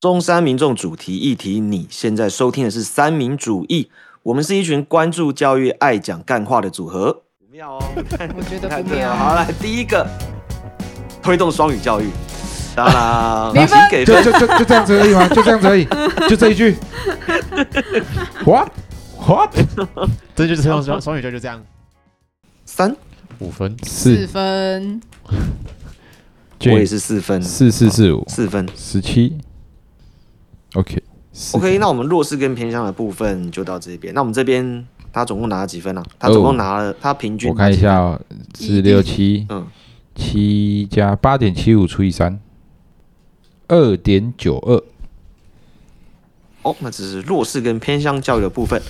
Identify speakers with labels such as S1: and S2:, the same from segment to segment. S1: 中山民众主题议题，你现在收听的是三民主义，我们是一群关注教育、爱讲干话的组合。不妙哦，
S2: 我觉得
S1: 看
S2: 不
S1: 这
S3: 啊
S1: 个
S2: 妙
S1: 好，来第一个，推动双语教育。当啦，
S2: 没分
S1: 请 给
S3: 就
S1: 分。
S3: 就就就这样子而已吗？就这样子而已，就这一句。What What
S4: 这就是双双双语教就这样，
S1: 三，
S4: 五分。
S2: 四
S3: 四
S2: 分，
S1: 我也是四分，
S3: 四四四五
S1: 四分。
S3: 十七。OK 四
S1: OK，那我们弱势跟偏向的部分就到这边。那我们这边他总共拿了几分啊？他总共拿了，他平均
S3: 哦我看一下哦，
S2: 一
S3: 是六七
S1: 嗯，
S3: 七加八点七五除以三，二点九二。
S1: 哦，那只是弱势跟偏向教育的部分。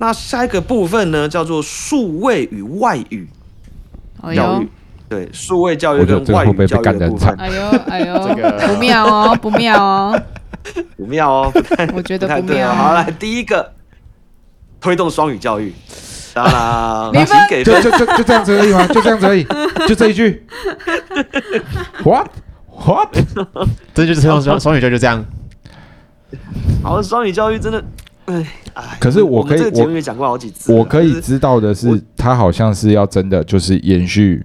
S1: 那下一个部分呢，叫做数位与外语
S2: 哎
S1: 教
S2: 呦
S1: 育。，对，数位教育
S3: 我觉得
S1: 跟
S3: 这个
S1: 外
S3: 会不
S1: 语
S3: 会
S1: 教
S3: 被
S1: 育
S3: 干得
S1: 的
S3: 很
S1: 部分
S3: 惨，
S2: 哎呦哎 呦
S4: 这，个
S2: 不妙哦，不妙哦，
S1: 不妙 哦，不太
S2: 我觉
S1: 不
S2: 得
S1: 太
S2: 不
S1: 对
S2: 妙
S1: 哦。
S2: 哦。
S1: 好，来第一个，推动双语教育，当 啦，
S2: 没
S1: 请
S2: 分
S1: 给
S3: 就
S1: 分。
S3: 就就就这样子而已吗？就这样子而已，就这 一句。What What
S1: 哎
S4: 这就是双双双语教就这样，
S1: 好，双语教育真的，哎哎。
S3: 可是我可
S1: 们
S3: 以
S1: 这个节
S3: 我
S1: 目也讲过好几次了，
S3: 我可
S1: 就
S3: 以
S1: 是
S3: 知道的
S1: 我
S3: 是，他好像是要真的就是延续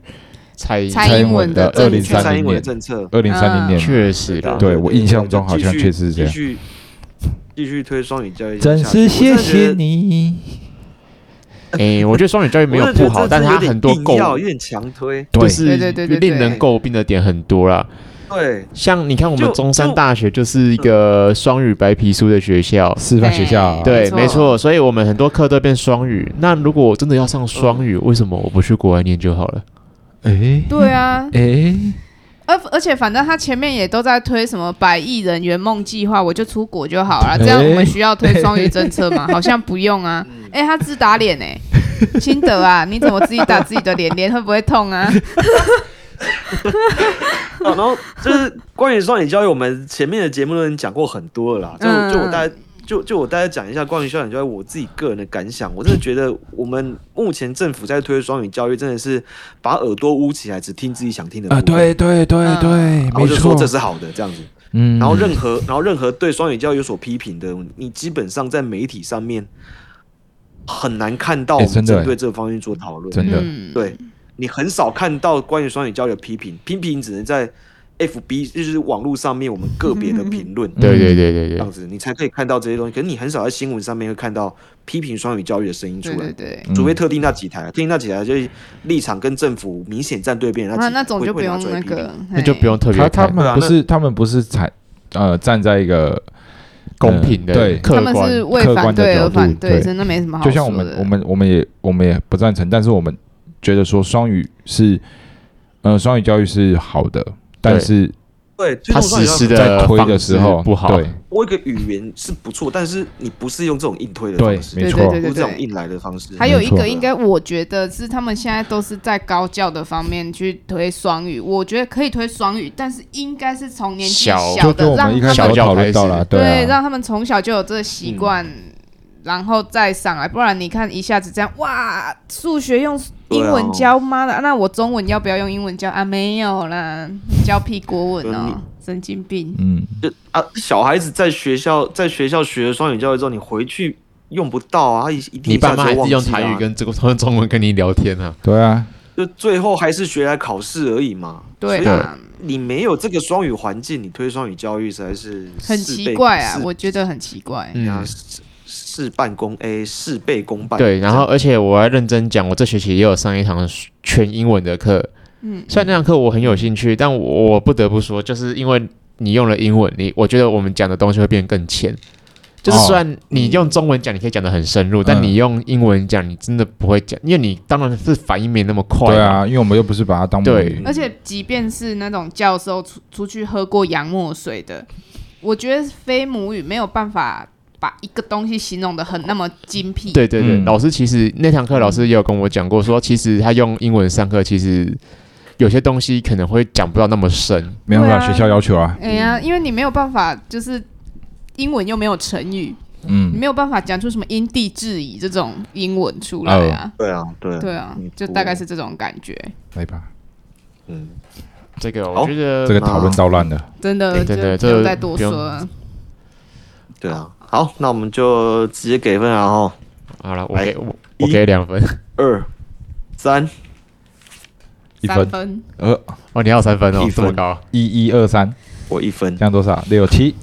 S4: 蔡
S2: 蔡英文的嗯
S3: 蔡
S2: 政
S3: 英文的
S2: 策
S3: 2030
S1: 蔡英文的
S3: 年
S1: 政策，啊
S3: 二零三零年。
S4: 确实啦，
S3: 对我印象中好像
S1: 就继续
S3: 确实是这样
S1: 继续继续推双语教育下去，
S3: 真是谢
S1: 我真的觉
S3: 谢
S1: 得
S3: 你。
S4: 哎，我觉得双语教育没有不好，但是它很多
S1: 够，有
S4: 诟，
S1: 点强推。
S4: 就
S3: 对
S4: 是
S2: 对对对对对
S4: 令人诟病的点很多啦。
S1: 对，
S4: 像你看，我
S1: 就
S4: 们中山大学就是一个双语白皮书的学校，
S3: 示范学校啊，
S2: 对
S4: 对，
S2: 没
S4: 没
S2: 错
S4: 错，所以我们很多课都变双语。那如果我真的要上双语，为什么我不去国外念就好了？
S3: 哎
S2: 对啊，
S3: 哎，
S2: 而而且反正他前面也都在推什么百亿人圆梦计划，我就出国就好了。这样
S3: 哎
S2: 我们需要推双语政策 吗？好像不用啊。
S1: 嗯
S2: 哎、他自打脸哎、心得啊，你怎么自己打自己的 脸？脸会不会痛啊？
S1: 哦然后就是关于双语教育，我们前面的节目都已经讲过很多了啦。就
S2: 嗯
S1: 就我大概就就我大概讲一下关于双语教育我自己个人的感想。我真的觉得我们目前政府在推双语教育，真的是把耳朵捂起来，只听自己想听的
S3: 啊，
S1: 部分。
S3: 对对对
S2: 嗯
S3: 对，
S1: 然后
S3: 没
S1: 就说
S3: 错
S1: 这，是好的这样子，
S3: 嗯
S1: 然后任何然后任何对双语教育有所批评的，你基本上在媒体上面很难看到我
S3: 哎
S1: 们
S3: 真的
S1: 针
S3: 哎
S1: 对这方面做讨论。
S3: 真的
S2: 嗯，
S1: 对你很少看到关于双语交流的批评，批评只能在 FB 就是网络上面我们个别的评论。
S3: 嗯
S4: 对对对对
S1: 这
S4: 对
S1: 样，子，你才可以看到这些东西。可是你很少在新闻上面会看到批评双语教育的声音出
S2: 对
S1: 来，
S2: 对对。
S3: 嗯
S1: 除非特定那几台，啊特定那几台就是立场跟政府明显站对边的那
S2: 啊那
S1: 几台
S2: 那种
S1: 会
S2: 就不
S1: 会拿
S2: 用
S1: 出来
S2: 那
S1: 批评
S2: 个，
S4: 那就不用特别
S3: 他他
S4: 看
S3: 们不是他们不是产呃站在一个
S4: 公平的、
S3: 呃对
S2: 嘿。他
S4: 客
S2: 们是
S4: 观。
S2: 为
S3: 客
S2: 反
S3: 观的
S2: 对而
S3: 角度
S2: 反对，
S3: 对
S2: 真的没什么好
S3: 就
S2: 说的。
S3: 像我们我们我们也我们也不赞成，但是我们觉得说双语是呃双语教育是好的，但
S4: 对
S3: 是
S1: 对，推动
S4: 他
S1: 双语
S4: 实
S1: 教育
S4: 施的
S3: 在推的时
S4: 方
S3: 候
S4: 式不好，
S3: 对
S1: 多一个语言是不错，但是你不是用这种硬推的
S3: 对
S1: 方，式，
S3: 没
S2: 对
S3: 错，
S2: 对
S1: 不是这种硬来的方式。
S2: 还有一
S3: 没
S2: 个，
S3: 错
S2: 应该我觉得是他们现在都是在高教的方面去推双语，我觉得可以推双语，但是应该是从年纪
S4: 小
S3: 就跟
S2: 的
S3: 我
S2: 让
S3: 们一
S2: 他
S3: 开始
S4: 小
S2: 们
S3: 有
S4: 教
S3: 讨论
S4: 开
S3: 到
S4: 始
S3: 了，
S2: 对
S3: 啊，
S2: 让他们从小就有这个习
S1: 嗯
S2: 惯，然后再上来，不然你看一下子这样哇，数学用
S1: 啊
S2: 英文教，妈的、那我中文要不要用英文教啊？没有啦，教屁国文
S1: 嗯
S2: 哦，神经病。
S3: 嗯，
S1: 就啊，小孩子在学校在学校学了双语教育之后，你回去用不到啊，一一定
S4: 你
S1: 一下
S4: 爸妈还
S1: 子就忘
S4: 是
S1: 记
S4: 用
S1: 了啊
S4: 台语，跟这个用中文跟你聊天啊？
S3: 对啊，
S1: 就最后还是学来考试而已嘛。
S2: 对
S1: 所
S2: 啊
S1: 以
S2: 啦，
S1: 你没有这个双语环境，你推双语教育实在是
S2: 很
S1: 事
S2: 奇
S1: 倍
S2: 怪啊，
S1: 事
S2: 我觉得很奇怪。
S4: 嗯
S1: 啊事事半功哎，事倍功半。
S4: 对，然后而且我要认真讲，我这学期也有上一堂全英文的课。
S2: 嗯
S4: 嗯，虽然那堂课我很有兴趣，但我我不得不说，就是因为你用了英文，你我觉得我们讲的东西会变更浅。就是
S3: 哦
S4: 虽然你用中文讲，你可以讲的很深入，但
S3: 嗯
S4: 你用英文讲，你真的不会讲，因为你当然是反应没那么快。
S3: 对，啊，因为我们又不是把它当母
S4: 对
S3: 语，
S2: 而且即便是那种教授出出去喝过洋墨水的，我觉得非母语没有办法把一个东西形容的很那么精辟。
S4: 对对对，
S3: 嗯
S4: 老师其实那堂课老师也有跟我讲过说其实他用英文上课，其实有些东西可能会讲不到那么深。
S3: 没办
S2: 对
S3: 法，
S2: 啊
S3: 学校要求啊，
S2: 哎呀，因为你没有办法，就是英文又没有成语，你
S3: 嗯，
S2: 没有办法讲出什么因地制宜这种英文出来啊。
S1: 对啊，对啊，
S2: 对啊
S1: 没错，
S2: 就大概是这种感觉。
S3: 来吧，
S1: 嗯，
S4: 这个
S1: 好
S4: 我觉得
S3: 这个讨论到烂了。
S2: 真的，
S4: 对
S2: 就
S4: 对这
S2: 不用
S4: 个
S2: 再多
S4: 不用
S2: 说了。
S1: 对啊，好，那我们就直接给分啊，然后
S4: 好了，我
S1: 来
S4: 给我我给两分。
S1: 二三
S3: 一
S2: 三
S3: 分，
S2: 分，
S3: 呃，
S4: 哦，你要三分哦
S1: 一，
S4: 这么
S1: 分
S4: 高。
S3: 一一二三，
S1: 我一分
S3: 这，样多少？六七，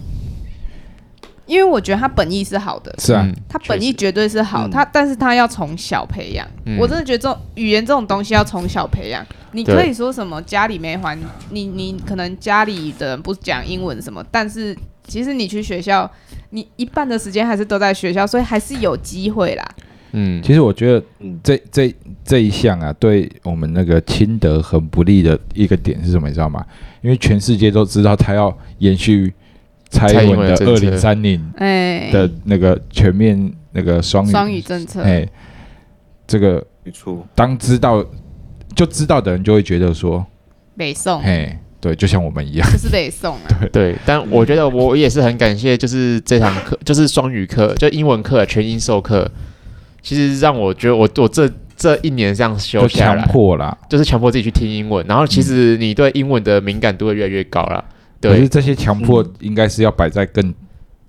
S2: 因为我觉得他本意是好的，
S3: 是啊
S4: 嗯，
S2: 他本意
S4: 确实
S2: 绝对是好，
S3: 嗯
S2: 他但是他要从小培养。
S4: 嗯
S2: 我真的觉得这种语言这种东西要从小培养。你
S4: 对
S2: 可以说什么家里没还你，你可能家里的人不讲英文什么，但是其实你去学校，你一半的时间还是都在学校，所以还是有机会啦。
S4: 嗯，
S3: 其实我觉得
S1: 嗯
S3: 这这这一项啊，对我们那个亲德很不利的一个点是什么？你知道吗？因为全世界都知道他要延续蔡
S4: 蔡
S3: 英
S4: 英
S3: 文
S4: 文
S3: 的二
S4: 的政策
S3: 零三零
S2: 哎、
S3: 的那个全面那个双语，
S2: 双语政策，
S3: 哎，这个
S1: 没错，
S3: 当知道就知道的人就会觉得说，
S2: 北宋
S3: 嘿，对，就像我们一样，
S2: 就是北宋啊。
S3: 嗯
S4: 对，但我觉得我也是很感谢，就是这堂 课，就是双语课，就英文课全英授课，其实让我觉得我我这这一年这样修
S3: 就
S4: 下
S3: 强
S4: 来，
S3: 迫啦。
S4: 就是强迫自己去听英文，然后其实你对英文的敏感度会越来越高了。
S3: 可是
S4: 对，
S3: 这些强迫应该是要摆在更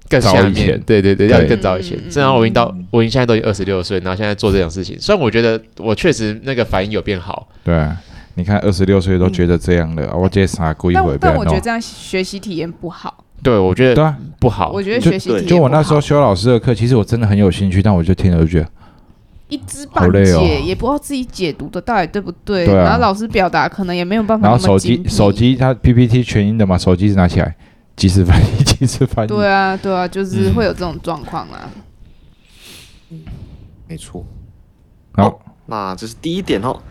S4: 更
S3: 早
S4: 下
S3: 以
S4: 面，
S3: 前
S4: 对对对，要
S3: 对
S4: 更早以前
S2: 嗯嗯。
S4: 虽然我已经到
S1: 嗯，
S4: 我已经现在都已经二十六岁，然后现在做这种事情，虽然我觉得我确实那个反应有变好，
S3: 对啊。你看，二十六岁都觉得这样了，啊我这傻故意
S2: 但
S3: 回
S2: 但
S3: 来
S2: 我觉
S3: 弄
S2: 得。这样学习体验不好。
S4: 对我觉
S3: 对
S4: 得
S3: 啊，
S4: 不好。
S2: 我觉得
S3: 就
S2: 学习体验
S3: 就
S2: 不
S3: 我那
S2: 好
S3: 时候修老师的课，其实我真的很有兴趣，但我就听了就觉得，
S2: 一知半
S3: 好累
S2: 解，
S3: 哦
S2: 也不知道自己解读的到底对不对，
S3: 对啊
S2: 然后老师表达可能也没有办法
S3: 然后
S2: 那么
S3: 手
S2: 精
S3: 机
S2: 辟。
S3: 手机它 PPT 全英的嘛，手机拿起来即时翻译，即时翻译。
S2: 对啊，对啊，就是
S4: 嗯
S2: 会有这种状况啦。
S3: 嗯
S1: 没错。
S3: 好，
S1: 那这是第一点哦。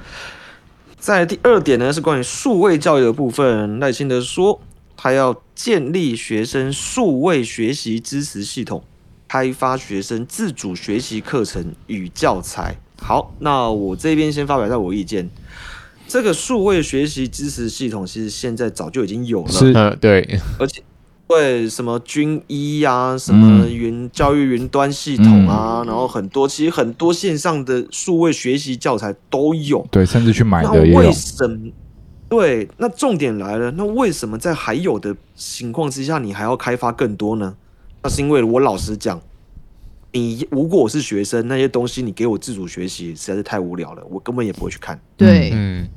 S1: 在第二点呢，是关于数位教育的部分。赖清德说，他要建立学生数位学习支持系统，开发学生自主学习课程与教材。好，那我这边先发表一下我意见。这个数位学习支持系统其实现在早就已经有了，
S3: 是
S4: 嗯，对，
S1: 而且对什么军医啊，什么云、教育云端系统啊，
S2: 嗯
S1: 然后很多其实很多线上的数位学习教材都有。
S3: 对，甚至去买
S1: 那
S3: 的也有
S1: 为。什么？对，那重点来了，那为什么在还有的情况之下，你还要开发更多呢？那是因为我老实讲，你如果我是学生，那些东西你给我自主学习实在是太无聊了，我根本也不会去看。
S2: 对，
S4: 嗯，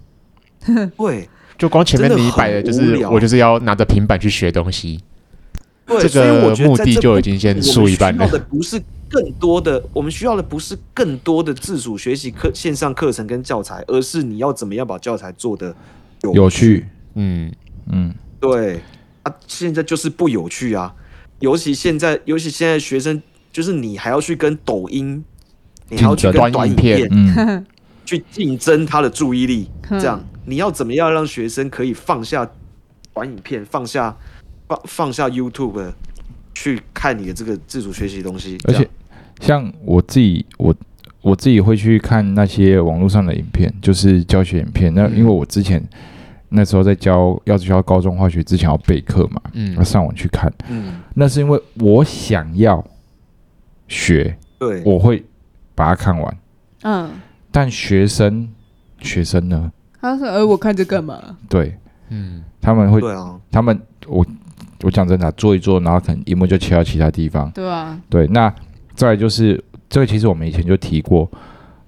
S1: 对，
S4: 就光前面
S1: 真的
S4: 你摆的
S1: 很
S4: 就
S1: 无
S4: 是
S1: 聊
S4: 我就是要拿着平板去学东西，
S1: 对，
S4: 这
S1: 所以我
S4: 个
S1: 觉得
S4: 目
S1: 在
S4: 的
S1: 这
S4: 就
S1: 部
S4: 已经先
S1: 我们
S4: 输一半
S1: 需
S4: 了
S1: 要。的不是更多的，我们需要的不是更多的自主学习课线上课程跟教材，而是你要怎么样把教材做的有
S3: 有趣，
S4: 嗯，
S3: 嗯，
S1: 对啊，现在就是不有趣啊，尤其现在，尤其现在学生，就是你还要去跟抖音，你还要去跟
S3: 竞
S1: 短影
S4: 争短影片
S1: 片
S3: 嗯，
S1: 去竞争他的注意力，
S2: 嗯
S1: 这样你要怎么样让学生可以放下短影片，放下放放下 YouTube 去看你的这个自主学习东西，
S3: 而
S1: 这样
S3: 且像我自己，我我自己会去看那些网络上的影片，就是教学影片。那
S4: 嗯
S3: 因为我之前那时候在教要教高中化学之前要备课嘛，
S4: 嗯
S3: 要上网去看，
S1: 嗯，
S3: 那是因为我想要学，
S1: 对，
S3: 我会把它看完。
S2: 嗯，
S3: 但学生学生呢，
S2: 他说：“呃，我看这干嘛
S3: 对
S4: 嗯，
S3: 他们会，
S1: 对啊，
S3: 他们我我讲真的啊、做一做，然后可能一幕就切到其他地方？”。
S2: 对啊，
S3: 对，那再来就是这个，其实我们以前就提过，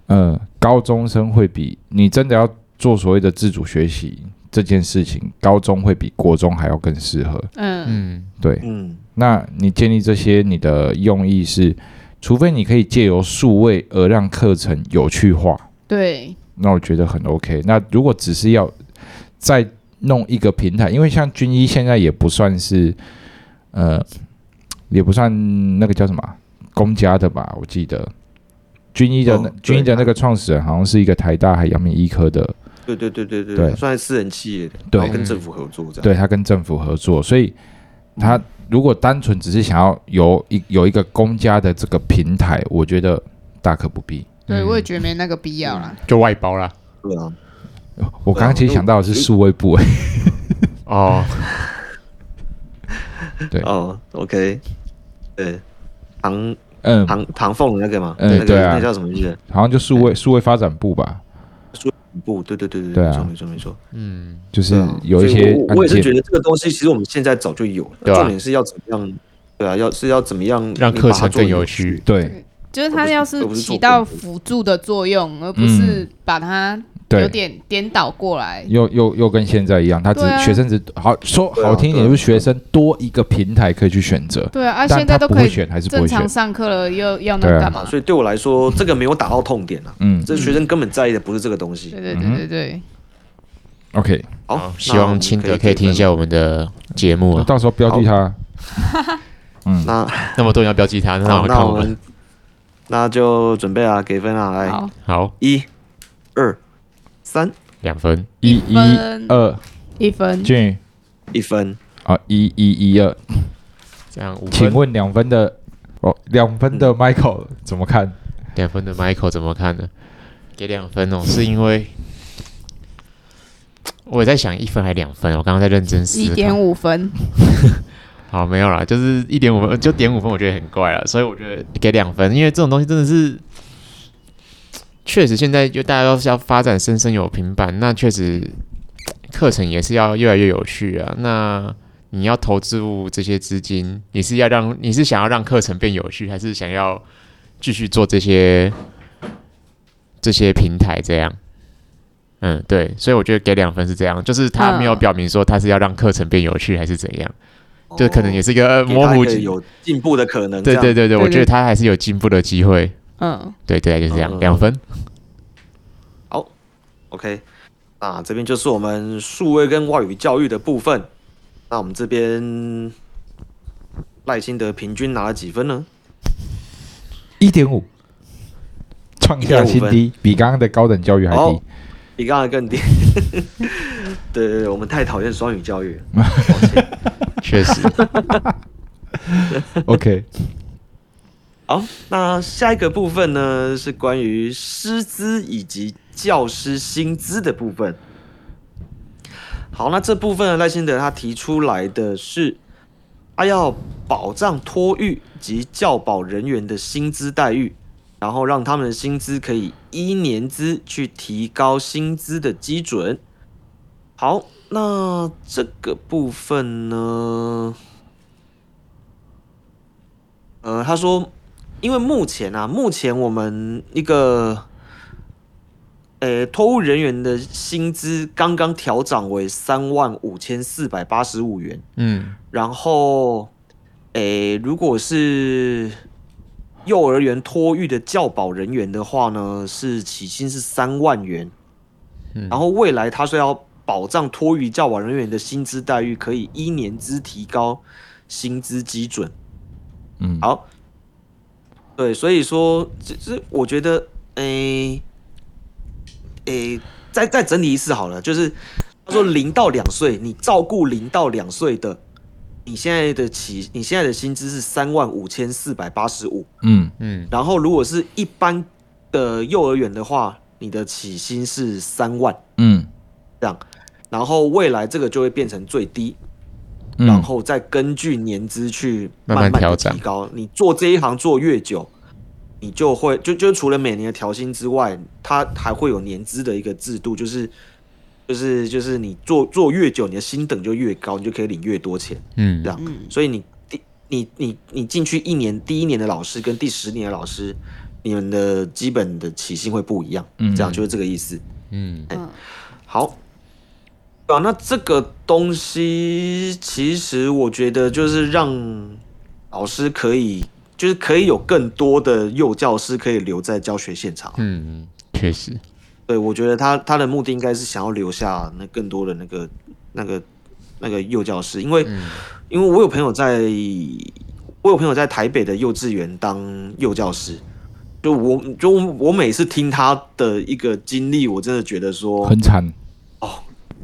S3: 呃，高中生会比你真的要做所谓的自主学习这件事情，高中会比国中还要更适合。
S2: 嗯，
S4: 嗯，
S3: 对，
S1: 嗯，
S3: 那你建立这些，你的用意是，除非你可以借由数位而让课程有趣化，
S2: 对，
S3: 那我觉得很 OK。那如果只是要再弄一个平台，因为像军医现在也不算是，呃，也不算那个叫什么啊公家的吧，我记得军医的、那
S1: 哦对
S3: 军医的那个创始人好像是一个台大还阳明医科的，
S1: 对对对对
S3: 对
S1: 对，算是私人企业，
S3: 对
S1: 然后跟政府合作这样，
S3: 对他跟政府合作，所以他如果单纯只是想要有一有一个公家的这个平台，我觉得大可不必。
S2: 对，
S4: 嗯
S2: 我也觉得没那个必要
S3: 嗯
S2: 啦。
S4: 就外包啦。
S1: 对啊，
S3: 我刚刚其实想到的是数位部、欸，
S4: 哦，
S3: 对
S1: 哦，OK，对，唐
S3: 嗯，
S1: 唐唐凤的那个嘛，
S3: 嗯
S1: 那个
S3: 对啊
S1: 那叫什么名字？
S3: 好像就数位数位发展部吧。
S1: 步。对对对对，
S3: 对啊
S1: 没错没错没错。
S4: 嗯，
S3: 就是
S1: 对啊
S3: 有一
S1: 所以
S3: 些
S1: 我我我
S3: 案
S1: 也是觉
S3: 件，
S1: 得这个东西其实我们现在早就有了，
S4: 对啊
S1: 重点是要怎么样？对啊，要是要怎么样
S4: 让
S1: 你
S4: 课
S1: 把它
S4: 程
S1: 做
S4: 更有
S1: 有
S4: 趣。
S3: 对
S2: 就是它要是
S1: 我不是做
S2: 起到辅助的作用，而不是把它有
S3: 嗯对，
S2: 点颠倒过来。
S3: 又又又跟现在一样，他只
S2: 对啊
S3: 学生只好说
S1: 对啊
S3: 好听一点，
S1: 对啊
S3: 就是学生多一个平台可以去选择，
S2: 对啊，啊，
S3: 但
S2: 现在
S3: 他
S2: 都
S3: 不
S2: 可
S3: 会
S2: 以
S3: 选还是不
S2: 正
S3: 会
S2: 常
S3: 选，
S2: 上课了，又要
S3: 对
S2: 那
S3: 啊
S2: 干嘛？
S1: 所以对我来说，这个没有打到痛点啊。
S3: 嗯
S1: 这学生根本在意的不是这个东西
S2: 对。对对对对，
S3: ，OK，
S1: 好，
S4: 嗯希望清德可以听一下我们的节目啊。
S3: 到时候标记他，
S1: 那我们可以给分。
S4: 那么多人要标记他，
S1: 那
S4: 那
S1: 好，
S4: 我
S1: 那
S4: 看我
S1: 我
S4: 们
S1: 们那就准备啊，给分啊，来，
S2: 好，
S4: 好
S1: 一、二、三，
S4: 两分，
S3: 一
S2: 一
S3: 一
S2: 分
S3: 二
S2: 一分，
S3: 俊宇
S1: 一分。
S3: 啊，一一一二，
S4: 这样五
S3: 请
S4: 分。
S3: 问两分的哦，两分
S1: 嗯
S3: 的 Michael 怎么看？
S4: 两分的 Michael 怎么看呢？给两分
S1: 嗯
S4: 哦，是因为我也在想一分还两分，我刚刚在认真思
S2: 一
S4: 考。
S2: 点五分，
S4: 好，没有啦，就是一点五分，呃就点五分，我觉得很怪了，所以我觉得给两分，因为这种东西真的是，确实现在就大家要是要发展生生有平板，那确实课程也是要越来越有趣啊。那你要投资入这些资金，你是要让你是想要让课程变有趣，还是想要继续做这些这些平台这样？嗯，对，所以我觉得给两分是这样，就是他没有
S2: 嗯
S4: 表明说他是要让课程变有趣还是怎样。就可能也
S1: 是
S4: 是一个呃模糊机，
S1: 有进步的可能。这
S4: 对
S1: 样
S4: 对对对，我
S2: 对
S4: 觉得
S2: 对
S4: 他还是有进步的机会。
S2: 嗯，
S4: 对对，就是
S1: 嗯
S4: 这样，两 分。
S1: OK，那这边就是我们数位跟外语教育的部分。那我们这边赖清德平均拿了几分呢？
S3: 一点五，创下新低，比刚刚的高等教育还低
S1: 哦。比刚才 更低。对对对，我们太讨厌双语教育了。
S4: 确实，
S3: OK，
S1: 好，那下一个部分呢是关于师资以及教师薪资的部分。好，那这部分呢赖清德他提出来的是，他要保障托育及教保人员的薪资待遇，然后让他们的薪资可以依年资去提高薪资的基准。好，那这个部分呢？呃，他说，因为目前啊，目前我们一个，呃，托务人员的薪资刚刚调涨为三万五千四百八十五元，
S4: 嗯，
S1: 然后，诶，如果是幼儿园托育的教保人员的话呢，是起薪是三万元，
S4: 嗯
S1: 然后未来他说要保障托育教保人员的薪资待遇，可以依年资提高薪资基准。
S3: 嗯，
S1: 好，对，所以说，这这我觉得，诶、诶、再再整理一次好了，就是他说零到两岁，你照顾零到两岁的，你现在的起，你现在的薪资是三万五千四百八十五，
S3: 嗯
S4: 嗯
S1: 然后如果是一般的幼儿园的话，你的起薪是三万
S3: 嗯
S1: 这样，然后未来这个就会变成最低，
S3: 嗯，
S1: 然后再根据年资去
S4: 慢慢
S1: 慢地
S4: 调整
S1: 提高。你做这一行做越久，你就会就就除了每年的调薪之外，它还会有年资的一个制度，就是就是就是你做做越久，你的薪等就越高，你就可以领越多钱。
S4: 嗯
S1: 这，样所以你第你你你进去一年，第一年的老师跟第十年的老师，你们的基本的起薪会不一样，
S3: 嗯
S1: 这样就是这个意思。
S4: 嗯
S1: 好，对啊，那这个东西其实我觉得就是让老师可以，就是可以有更多的幼教师可以留在教学现场。
S4: 嗯，确实，
S1: 对，我觉得他他的目的应该是想要留下那更多的那个那个那个幼教师，因为、因为我有朋友在，我有朋友在台北的幼稚园当幼教师。就我就我每次听他的一个经历，我真的觉得说
S3: 很惨。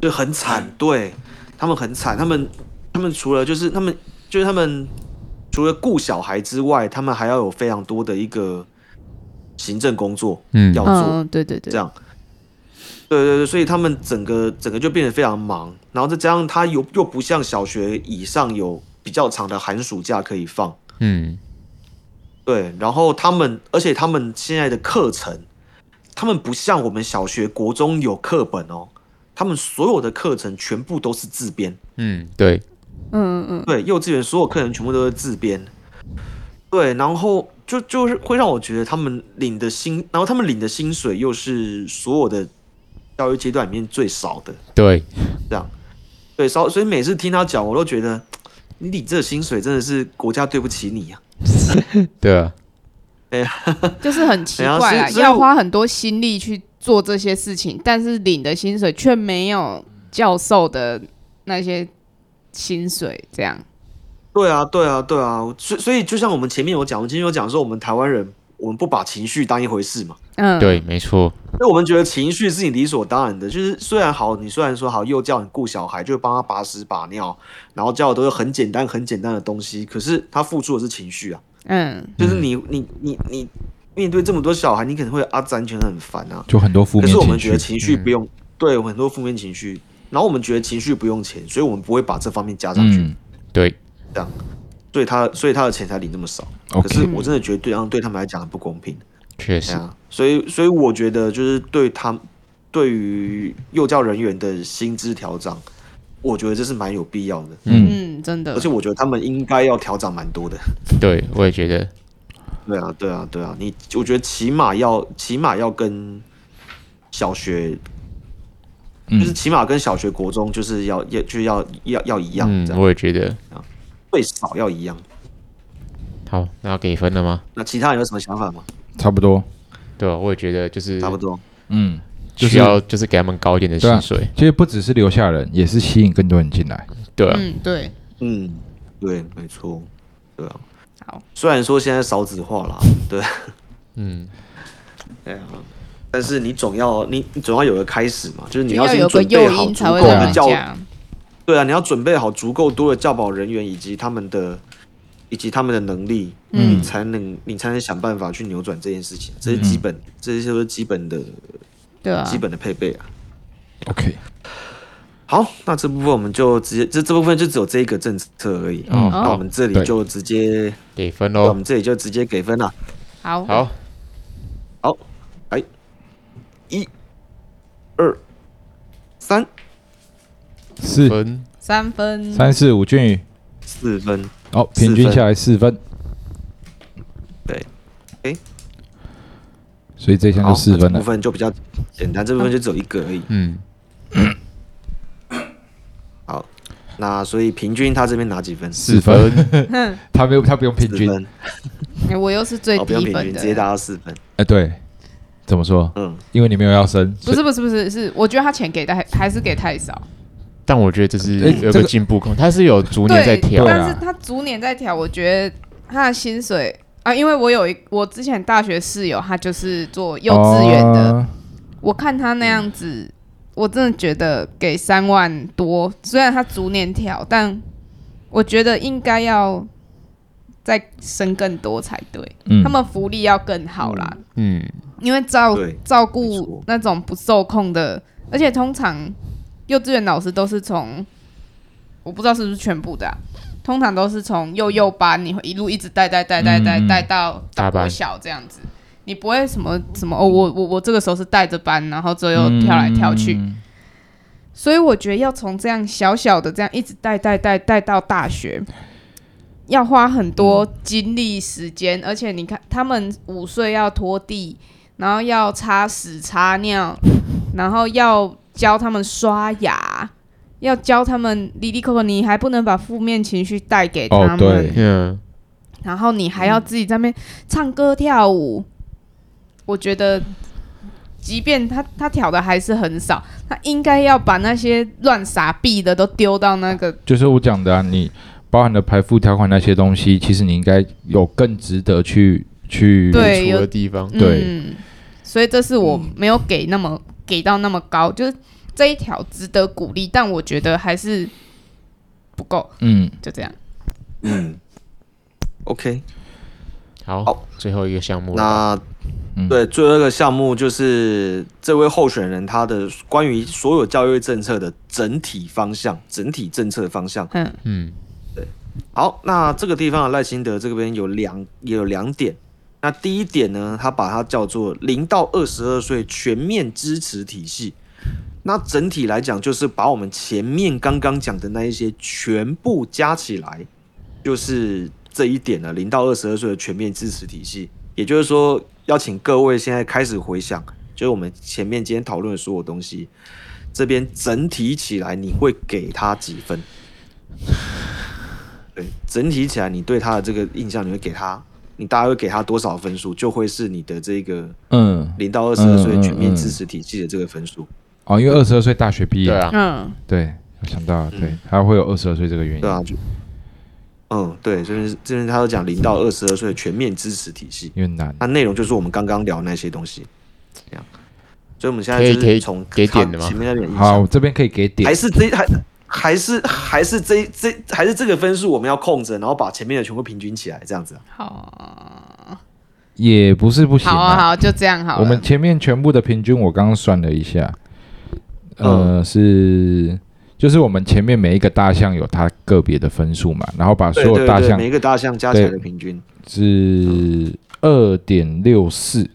S1: 对，很惨，对他们很惨，他们他们除了就是他们就是他们除了顾小孩之外，他们还要有非常多的一个行政工作
S4: 嗯
S1: 要做，
S2: 嗯，对对对，
S1: 这样。对对对，所以他们整个整个就变得非常忙，然后再加上他又又不像小学以上有比较长的寒暑假可以放，
S4: 嗯
S1: 对，然后他们而且他们现在的课程他们不像我们小学、国中有课本哦，他们所有的课程全部都是自编。
S4: 嗯，对，
S2: 嗯嗯，
S1: 对，幼稚园所有课程全部都是自编。对，然后就就是会让我觉得他们领的薪，然后他们领的薪水又是所有的教育阶段里面最少的，
S4: 对，
S1: 对，少。所以每次听他讲，我都觉得你领这薪水真的是国家对不起你啊。
S4: 对啊，
S2: 嗯 就是很奇怪
S1: 哎
S2: 啦
S1: 呀，所以所以我
S2: 要花很多心力去做这些事情，但是领的薪水却没有教授的那些薪水，这样
S1: 对啊，对啊，对啊。所以所以就像我们前面有讲，我们前面有讲说，我们台湾人我们不把情绪当一回事嘛。
S2: 嗯，
S4: 对，没错，
S1: 那我们觉得情绪是你理所当然的，就是虽然好，你虽然说好幼教你顾小孩，就帮他把屎把尿，然后教的都是很简单很简单的东西，可是他付出的是情绪啊，
S2: 嗯，
S1: 就是你你你你面对这么多小孩，你可能会有啊安全很烦啊，
S3: 就很多负
S1: 可
S3: 面
S1: 是我们
S3: 情
S1: 觉得
S3: 绪。嗯
S1: 情绪不用，对很多负面情绪，然后我们觉得情绪不用钱，所以我们不会把这方面加上
S3: 嗯
S1: 去，
S4: 对，
S1: 所以他所以他的钱才领这么少，可
S3: ，OK，
S1: 是我真的觉得对方对他们来讲很不公平。
S4: 确
S1: 对
S4: 实，
S1: 啊，所以所以我觉得就是对他们对于幼教人员的薪资调整，我觉得这是蛮有必要的，
S3: 嗯，
S2: 嗯，真的
S1: 而，且我觉得他们应该要调整蛮多的。
S4: 对我也觉得，
S1: 对啊，对啊，对啊，你我觉得起码要起码要跟小学，
S3: 嗯
S1: 就是起码跟小学、国中就是要要就是要要要一样，
S4: 嗯
S1: 这，样、
S4: 我也觉得。
S1: 最少要一样。
S4: 好，那要给分了吗？
S1: 那其他人有什么想法吗？
S3: 差不多，
S4: 对啊，我也觉得就是
S1: 差不多。
S3: 嗯，就是
S4: 需要就是给他们高一点的
S3: 对啊
S4: 薪水，
S3: 其实不只是留下人，也是吸引更多人进来。
S4: 对啊，
S2: 嗯，对，
S1: 嗯，对，没错，对啊。
S2: 好，
S1: 虽然说现在少子化啦，对。
S4: 嗯，
S1: 对啊，但是你总要你你总要有个开始嘛，就是你
S2: 就要
S1: 先
S2: 有个
S1: 准备
S2: 诱
S1: 好
S2: 因
S1: 足
S2: 才会
S1: 够
S2: 让
S1: 的
S2: 人
S1: 教，
S2: 家，
S1: 对啊，你要准备好足够多的教保人员以及他们的以及他们的能力，
S2: 嗯
S1: 你才能你才能想办法去扭转这件事情，这是基本，这些都是基本的
S2: 对嗯啊，
S1: 基本的配备啊。
S3: OK，
S1: 好，那这部分我们就直接这这部分就只有这一个政策而
S2: 哦
S1: 已。
S3: 嗯
S1: 那我们这里
S3: 对
S1: 就直接，
S4: 给分
S1: 那我
S4: 喽。
S1: 们这里就直接给分了。
S2: 好，
S4: 好，
S1: 好，来，一、二、三，
S3: 四
S4: 分
S2: 三分，
S3: 三四五俊宇，
S1: 四分。
S3: 哦，平均下来四分。
S1: 对，诶
S3: 所以这项
S1: 好，
S3: 就四分
S1: 那这
S3: 了
S1: 部。分就比较简单，这部分就只有一个而已。
S4: 嗯，
S1: 好，那所以平均他这边拿几分？
S3: 四分，他没有，他不用平
S1: 四
S3: 均。
S1: 分，
S2: 哎我又是最
S1: 哦，不用
S2: 低
S1: 平
S2: 分
S1: 均，直接
S2: 的。
S1: 打到四分。
S3: 哎，对，怎么说？
S1: 嗯，
S3: 因为你没有要升，
S2: 不是不是不是，是我觉得他钱给的还还是给太少，
S4: 但我觉得这是
S3: 哎
S4: 有
S3: 这
S4: 个
S3: 个
S4: 进步空，它是有逐年在
S2: 对，
S4: 调
S3: 对啊
S4: 的，
S2: 但是他逐年在调，我觉得他的薪水啊，因为我有一我之前大学室友，他就是做幼稚园的，
S3: 哦
S2: 我看他那样子，我真的觉得给三万多，虽然他逐年调，但我觉得应该要再升更多才对，
S3: 嗯
S2: 他们福利要更好啦，
S4: 嗯，
S2: 因为照
S1: 对没
S2: 照顾
S1: 错
S2: 那种不受控的，而且通常幼稚园老师都是从，我不知道是不是全部的、啊，通常都是从幼幼班，你会一路一直带带带带带
S3: 嗯嗯
S2: 带到
S4: 大
S2: 到
S4: 班
S2: 国小这样子，你不会什么什么哦，我我我这个时候是带着班，然后之后又跳来跳去，
S3: 嗯
S2: 所以我觉得要从这样小小的这样一直带带带带到大学，要花很多
S3: 嗯
S2: 精力时间，而且你看他们五岁要拖地，然后要擦屎擦 尿，然后要教他们刷牙，要教他们滴滴扣扣，你还不能把负面情绪带给
S3: 哦
S2: 他们，
S3: 对
S4: 嗯，
S2: 然后你还要自己在那边唱歌跳舞，我觉得，即便他他挑的还是很少，他应该要把那些乱撒币的都丢到那个
S3: 就是我讲的啊，你包含了排付条款那些东西，其实你应该有更值得去去
S2: 对
S4: 除
S2: 有
S4: 的地方，
S3: 对
S2: 嗯，所以这是我没有给那么、给到那么高，就是这一条值得鼓励，但我觉得还是不够，
S3: 嗯，
S2: 就这样。
S1: OK，
S4: 好
S1: 好，
S4: 最后一个项目了，
S1: 那
S3: 嗯
S1: 对最后一个项目就是这位候选人他的关于所有教育政策的整体方向，整体政策方向。
S2: 嗯，
S4: 嗯，
S1: 好，那这个地方的赖清德这边有两也有两点，那第一点呢，他把它叫做零到二十二岁全面支持体系。那整体来讲，就是把我们前面刚刚讲的那一些全部加起来，就是这一点呢，零到二十二岁的全面支持体系。也就是说，要请各位现在开始回想，就是我们前面今天讨论的所有东西，这边整体起来，你会给他几分？对，整体起来，你对他的这个印象，你会给他，你大概会给他多少分数，就会是你的这个
S3: 嗯，
S1: 零到二十二岁
S3: 嗯嗯
S1: 全面
S3: 嗯
S1: 支持体系的这个分数，
S3: 哦，因为二十二岁大学毕业，
S4: 对啊，
S2: 嗯，
S3: 对，我想到了，对
S1: 嗯，
S3: 他会有二十二岁这个原因，
S1: 对啊，就，嗯，对，这边是这边他有讲零到二十二岁的全面支持体系，
S3: 因为难，
S1: 它内容就是我们刚刚聊的那些东西，这样，所以我们现在
S4: 可以
S1: 就
S4: 可以
S1: 是从
S4: 给
S1: 他
S4: 点的吗
S1: 前面那点印
S3: 好，
S1: 象，
S3: 我这边可以给点
S1: 还，是这还还是还是这这还是这个分数我们要控制，然后把前面的全部平均起来，这样子啊，
S2: 好，
S3: 也不是不行
S2: 好啊，
S3: 啊。
S2: 好，就这样好了。
S3: 我们前面全部的平均，我刚刚算了一下，
S1: 嗯
S3: 呃，是就是我们前面每一个大项有它个别的分数嘛，然后把所
S1: 对
S3: 有
S1: 对
S3: 大
S1: 对，
S3: 项
S1: 每一个大项加起来的平均
S3: 是二点六四，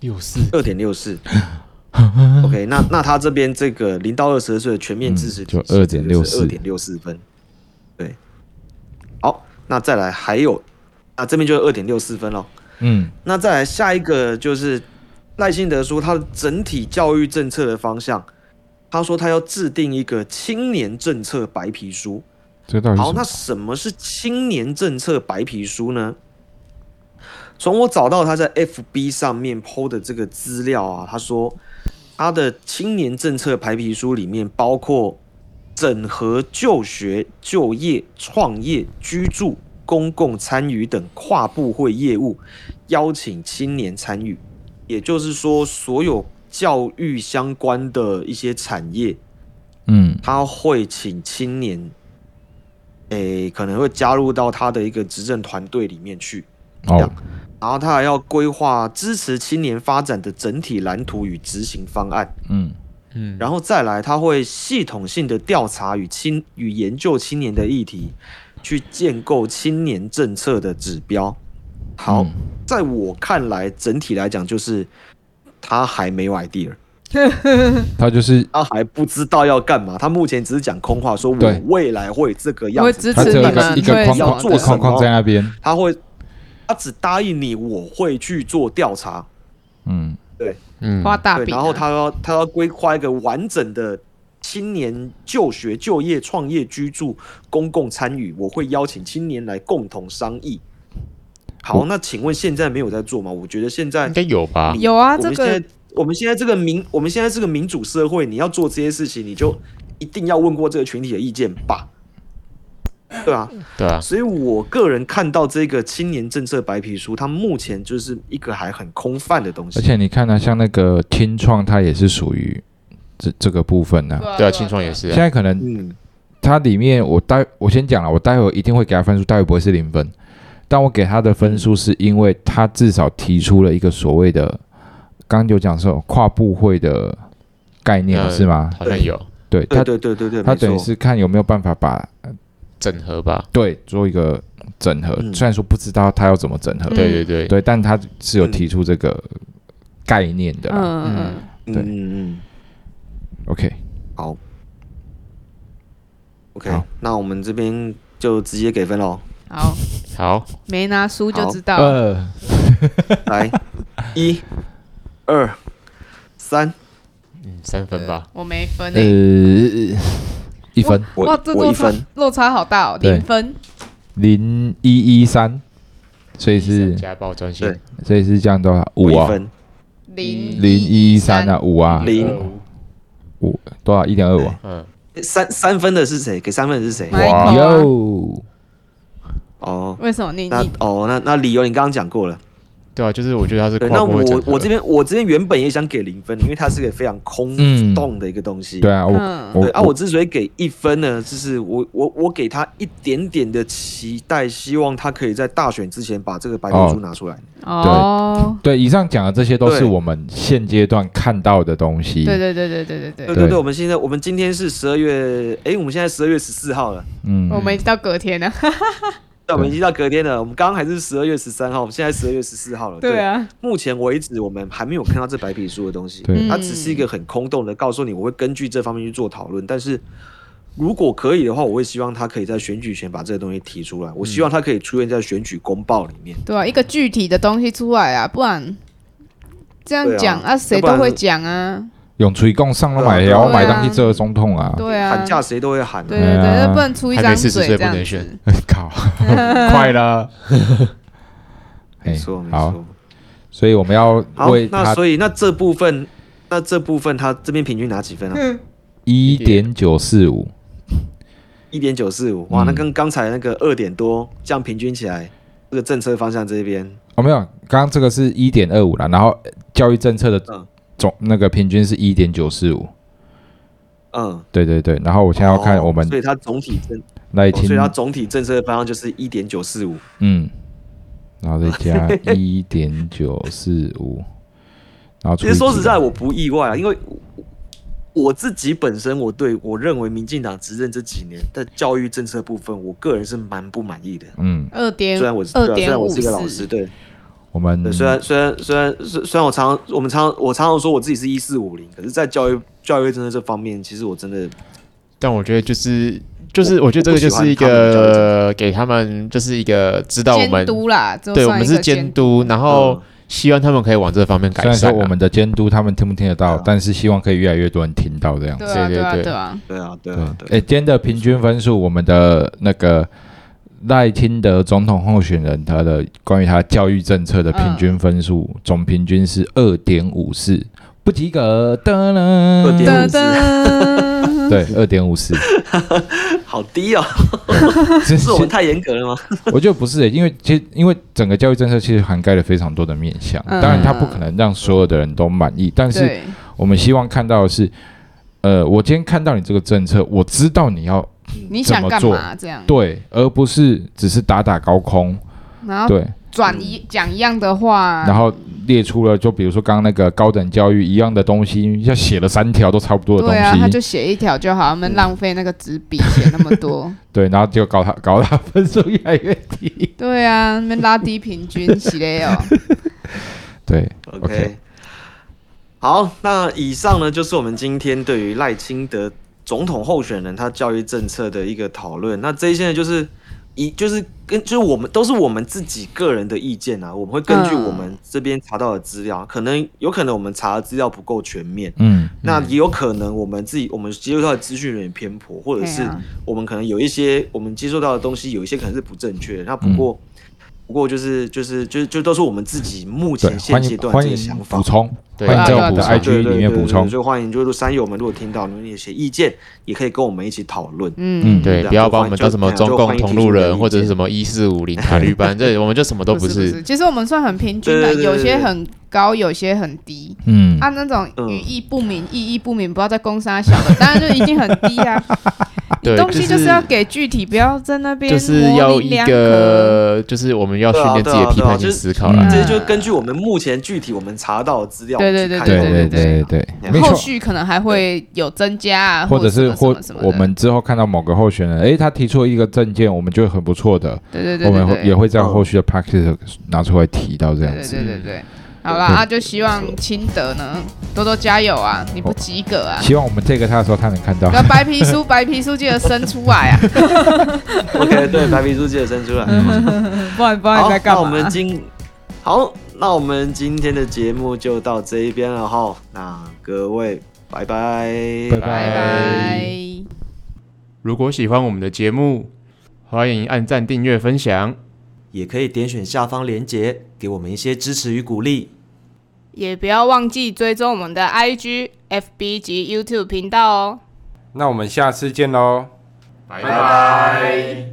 S4: 有事
S1: 二点六 四。OK，那那他这边这个零到二十岁的全面支持
S3: 嗯就2.64
S1: 二点六四分，对。好，那再来还有啊，这边就是二点六四分了。
S3: 嗯，
S1: 那再来下一个就是赖幸德说他的整体教育政策的方向，他说他要制定一个青年政策白皮书。
S3: 这到底是
S1: 好，
S3: 什
S1: 那
S3: 么？
S1: 什么是青年政策白皮书呢？从我找到他在 FB 上面 PO 的这个资料啊，他说他的青年政策白皮书里面包括整合就学、就业、创业、居住、公共参与等跨部会业务，邀请青年参与。也就是说，所有教育相关的一些产业，
S3: 嗯
S1: 他会请青年，诶、可能会加入到他的一个执政团队里面去，
S3: 哦
S1: 然后他还要规划支持青年发展的整体蓝图与执行方案，
S3: 嗯
S4: 嗯，
S1: 然后再来他会系统性的调查与青与研究青年的议题，去建构青年政策的指标。好，
S3: 嗯
S1: 在我看来，整体来讲就是他还没有 idea。
S3: 他就是
S1: 他还不知道要干嘛，他目前只是讲空话，说
S3: 对
S1: 我未来会这个样
S2: 我
S1: 子，
S2: 会支
S3: 他
S2: 持
S3: 只有
S2: 你
S3: 一个
S2: 们，
S3: 一个
S2: 对
S3: 框
S2: 什么
S1: 要
S3: 框
S1: 做
S3: 一个
S1: 什么
S3: 框框在那边，
S1: 他会，他只答应你我会去做调查，
S3: 嗯
S4: 嗯
S2: 画大
S1: 对，
S2: 饼啊，
S1: 然后他要他要规划一个完整的青年就学、就业、创业、居住、公共参与，我会邀请青年来共同商议。好，那请问现在没有在做吗？我觉得现在
S4: 应该有吧？
S2: 有啊，
S1: 我
S2: 这
S1: 们现
S2: 个
S1: 在我们现在这个民我们现在这个民主社会，你要做这些事情，你就一定要问过这个群体的意见吧？对啊，
S3: 嗯
S4: 对啊，
S1: 所以我个人看到这个青年政策白皮书，它目前就是一个还很空泛的东西。
S3: 而且你看呢、像那个青创，它也是属于这这个部分呢、
S4: 对啊，清创也是
S3: 现
S4: 啊，
S3: 在可能
S1: 嗯，
S3: 它里面我待我先讲了，我待会一定会给他分数，待会不会是零分，但我给他的分数是因为他至少提出了一个所谓的，刚刚有讲说跨部会的概念、
S4: 嗯
S3: 是吗？
S4: 好像有
S3: 对
S1: 呃对
S3: 他，
S1: 对对对对，
S3: 他
S1: 没错
S3: 等于是看有没有办法把
S4: 整合吧？
S3: 对做一个整合，
S1: 嗯
S3: 虽然说不知道他要怎么整合，
S2: 嗯
S4: 对对对，
S3: 对，但他是
S1: 嗯
S3: 有提出这个概念的啦。
S2: 嗯嗯
S1: 嗯
S3: 对
S1: 嗯嗯
S3: OK，
S1: 好，OK，
S3: 好
S1: 那我们这边就直接给分喽。
S2: 嗯，好，
S4: 好，
S2: 没拿书就知道了，
S3: 呃，
S1: 来，一、二、三，
S4: 嗯，三分吧。
S2: 我没分诶，
S3: 呃，一分
S1: 我
S2: 哇，这
S1: 我
S2: 落
S1: 一
S2: 差
S1: 分，
S2: 落差好大哦，
S3: 对
S2: 零分，
S3: 零一一三，所以是
S4: 家暴专线
S1: 对
S3: 所以是这样多少？
S1: 我
S3: 五啊
S1: 一，分，
S2: 零
S3: 零一三啊，，五啊，
S1: 零
S3: 五多少？一点二五啊。
S4: 嗯，
S1: 三三分的是谁？给三分的是谁？
S3: 哎
S2: 哇
S3: 啊
S2: 哇
S3: 哟，
S1: 哦，
S2: 为什么你
S3: 啊
S1: 那
S2: 你
S1: 哦，那那理由你刚刚讲过了。
S4: 对啊，就是我觉得他是
S1: 对，
S4: 跨
S1: 那
S4: 国
S1: 我
S4: 整合
S1: 我这边我这边原本也想给零分，因为它是个非常空
S3: 嗯
S1: 洞的一个东西。
S3: 对啊，我
S2: 嗯
S1: 对啊，
S3: 我
S1: 我之所以给一分呢，就是我我我给他一点点的期待，希望他可以在大选之前把这个白皮
S3: 哦
S1: 书拿出来。
S2: 哦，
S3: 对以上讲的这些都是
S1: 对
S3: 我们现阶段看到的东西。
S2: 对对对对对对
S1: 对
S2: 对，
S1: 对对，我们现在我们今天是十二月，诶，我们现在十二月十四号了，
S3: 嗯，
S2: 我们到隔天呢，
S1: 那我们已经到隔天了，我们刚刚还是十二月十三号，我们现在十二月十四号了。
S2: 对啊，
S1: 目前为止，我们还没有看到这白皮书的东西，
S3: 对
S1: 它
S2: 嗯
S1: 只是一个很空洞的告诉你，我会根据这方面去做讨论。但是如果可以的话，我会希望它可以在选举前把这个东西提出
S3: 嗯
S1: 来。我希望它可以出现在选举公报里面。
S2: 对啊，一个具体的东西出来啊，不然这样
S1: 对啊
S2: 讲啊，谁
S1: 要不然
S2: 都会讲啊，
S3: 永垂共上了嘛，
S1: 对啊
S3: 也要买
S2: 对啊
S3: 当去做总统啊！
S2: 对啊，
S1: 喊价谁都会喊、啊，
S2: 对对
S3: 哎
S2: 对，
S3: 呀
S2: 那不能出一
S4: 还
S2: 张
S4: 没40
S2: 嘴
S4: 岁
S2: 这样
S4: 不能
S2: 子
S4: 选。
S3: 靠，快了。
S1: 没错没
S3: 哎好，
S1: 错。
S3: 所以我们要
S1: 好
S3: 为，
S1: 那
S3: 他
S1: 所以那这部分，那这部分它这边平均拿几分啊？
S3: 嗯一点九四五，
S1: 一点九四五，哇，
S3: 嗯
S1: 那跟刚才那个二点多这样平均起来，这个政策方向这边，
S3: 哦，没有，刚刚这个是一点二五啦，然后教育政策的
S1: 嗯
S3: 总那个平均是一点九四五，
S1: 嗯，
S3: 对对对。然后我现在要看
S1: 哦
S3: 我们
S1: 所以它总体政，
S3: 那一
S1: 哦
S3: 听
S1: 所以，它总体政策的方向就是一点九四五，
S3: 嗯，然后再 加一点九四五，然后
S1: 其实
S3: 除以
S1: 说
S3: 几
S1: 实在，我不意外啊，因为我我自己本身，我对我认为民进党执政这几年的教育政策部分，我个人是蛮不满意的。
S3: 嗯，
S2: 二 点
S1: 虽然我是对
S2: 二
S1: 啊虽
S2: 点
S1: 然我
S2: 五
S1: 是一个老
S2: 四
S1: 师，，对，
S3: 我们
S1: 对，虽然虽然虽然虽虽然我常我们常我常常说我自己是一四五零，可是，在教育教育政策这方面，其实我真的
S4: 但我觉得就是就是，我觉得这
S1: 我不
S4: 个
S1: 喜
S4: 就
S1: 欢
S4: 是一
S1: 他们的教育
S4: 个给他们就是一个知道我
S2: 监
S4: 们
S2: 督啦，就
S4: 对我
S2: 算
S4: 们
S2: 一个
S4: 是监督，然
S1: 嗯
S4: 后希望他们可以往这方面
S3: 虽
S4: 改
S3: 然说
S4: 善啊。
S3: 我们的监督他们听不听得到，
S1: 对啊
S3: 但是希望可以越来越多人听到这样
S2: 督，
S3: 子。
S2: 对啊
S4: 对
S2: 对啊
S4: 对
S2: 对啊，
S1: 对啊对啊对啊
S3: 哎，今天的平均分数，我们的那个赖清德总统候选人他的关于他教育政策的平均分数、总平均是二点五四，不及格的呢。
S1: 2.54
S2: 噔 噔，
S3: 对，二点 五四。
S1: 好低哦，
S3: 其实
S1: 是我们太严格了吗？
S3: 我觉得不是、欸，因为其实因为整个教育政策其实涵盖了非常多的面向，
S2: 嗯
S3: 当然它不可能让所有的人都满意，但是
S2: 对，啊
S3: 我们希望看到的是，呃，我今天看到你这个政策，我知道你要
S2: 你想干
S3: 怎么
S2: 嘛这样？
S3: 对，
S1: 嗯
S3: 而不是只是打打高空，
S2: 然
S1: 啊
S2: 后
S3: 对，
S2: 转一讲一样的话，
S3: 然后列出了就比如说刚刚那个高等教育一样的东西，要写了三条都差不多的
S2: 对啊，他
S3: 东
S2: 就
S3: 西，
S2: 写一条就好，他们浪费那个纸笔写那么多。
S3: 对，然后就搞他搞他分数越来越低，
S2: 对啊，那边拉低平均，洗嘞哦。
S3: 对
S1: OK，好，那以上呢就是我们今天对于赖清德总统候选人他教育政策的一个讨论。那这些呢就是以就是跟就是我们都是我们自己个人的意见啊，我们会根据
S2: 嗯
S1: 我们这边查到的资料，可能有可能我们查的资料不够全面。
S3: 嗯，
S1: 那也有可能我们自己我们接触到的资讯有点偏颇，或者是
S2: 对啊
S1: 我们可能有一些我们接触到的东西有一些可能是不正确的。那不
S3: 嗯
S1: 过、不过就是就是就是就都是我们自己目
S3: 对，
S1: 前现
S3: 欢
S1: 阶
S3: 迎
S1: 段
S3: 欢
S1: 这个
S3: 迎
S1: 想法
S3: 补。充，
S4: 对
S3: 欢迎在我们
S2: 对
S3: 的
S2: 啊
S1: 对
S3: IG
S1: 对
S3: 里
S1: 对
S3: 面
S1: 对
S3: 补充
S1: 对，所以欢迎就是山友们，如果听到你们有些意见，也可以跟我们一起讨论。
S2: 嗯，
S3: 嗯
S4: 对，不要把我们当什么中共同路人或者是什
S1: 么。
S4: 么一四五零塔利班，这我们就什么都不
S2: 不
S4: 是。
S2: 是。其实我们算很平均的，
S1: 对对对
S2: 有些
S1: 对对
S2: 很高，有些很低。
S3: 嗯，
S2: 啊，那种
S1: 嗯
S2: 语义不明、意义不明，不要再攻杀小的，当然就一定很低 啊。你
S4: 对
S2: 东西
S4: 就
S2: 就是是要给具体，不要在那边
S4: 就是
S2: 模
S4: 要
S2: 棱
S4: 一
S2: 两可。
S4: 个，就是我们要训练自
S1: 对啊对啊
S4: 己的批
S1: 对啊
S4: 判性
S1: 就是
S4: 思考
S3: 嗯
S4: 了。
S1: 这就根据我们目前具体我们查到的资料，
S2: 对
S1: 我们去
S2: 对
S1: 看
S3: 对
S1: 有没有
S3: 对
S1: 东西
S3: 对
S2: 对
S3: 对，
S1: 对
S3: 没
S2: 后
S3: 错。
S2: 续可能还会有增加啊，
S3: 或者
S2: 什
S3: 是
S2: 么
S3: 或
S2: 什么什么的
S3: 我们之后看到某个候选人，诶，他提出一个证件，我们觉得很不错的，
S2: 对对对
S3: 我们
S2: 对
S3: 会
S2: 对，
S3: 也会在后
S1: 哦
S3: 续的 practice 拿出来提到这
S2: 对
S3: 样
S2: 对
S3: 子。
S2: 对对
S1: 嗯
S2: 对。好啦，
S3: 对
S2: 啊，就希望清德呢多多加油啊！你不及格 啊，
S3: 希望我们这个他的时候，他能看到。
S2: 那白皮书白皮书记得生出来啊，
S1: OK，对，白皮书记得生出来。
S2: 嗯不然 不
S1: 好，那我们今好，那我们今天的节目就到这一边了哈。那各位，拜拜，
S3: 拜拜
S2: 拜拜。
S4: 如果喜欢我们的节目，欢迎按赞、订阅、分享。
S1: 也可以点选下方链接，给我们一些支持与鼓励。
S2: 也不要忘记追踪我们的 IG、FB 及 YouTube 频道哦。
S5: 那我们下次见喽。
S4: 拜拜。